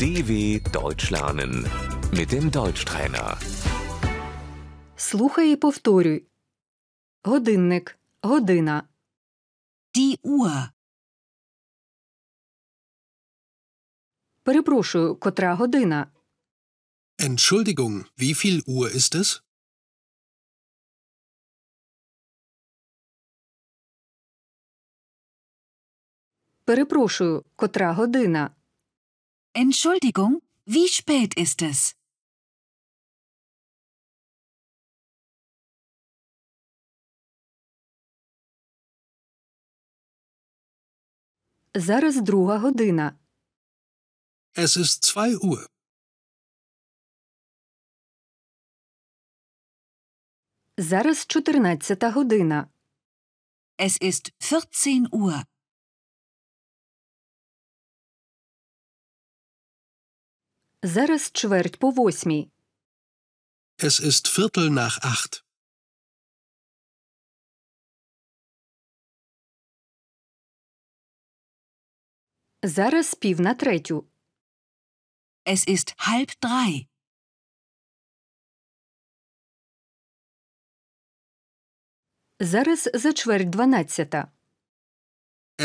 DW Deutsch lernen mit dem Deutschtrainer. Слухай і повторюй. Годинник. Година. Die Uhr. Перепрошую, котра година. Entschuldigung, wie viel Uhr ist es? Перепрошую, котра година. Entschuldigung, wie spät ist es? Зараз друга година. Es ist zwei Uhr. Зараз 14 година. Es ist 14 Uhr. Зараз чверть по восьмій. Es ist Viertel nach acht. Зараз пів на третю. Es ist halb drei. Зараз за чверть дванадцята.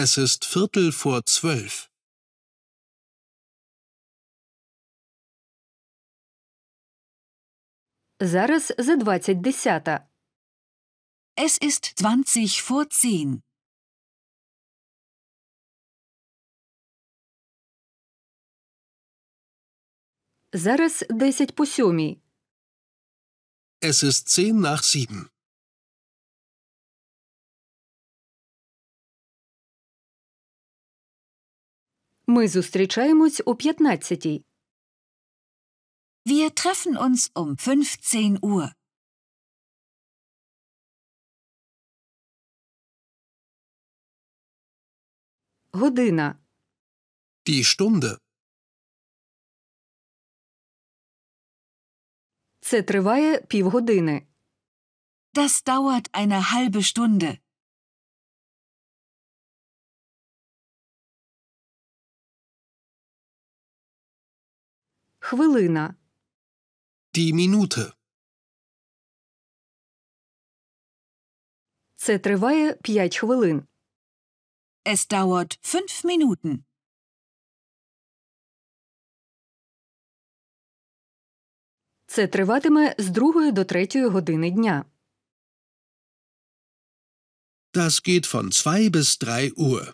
Es ist Viertel vor zwölf. Зараз за двадцять десята. Es ist 20 vor 10. Зараз десять по сьомій. Es ist zehn nach sieben. Ми зустрічаємось о п'ятнадцятій. Wir treffen uns um 15 Uhr. Година. Die Stunde. Це триває півгодини. Das dauert eine halbe Stunde. Хвилина. Die Minute. Це триває п'ять хвилин. Es dauert fünf Minuten. Це триватиме з 2 до 3 години дня. Das geht von zwei bis drei Uhr.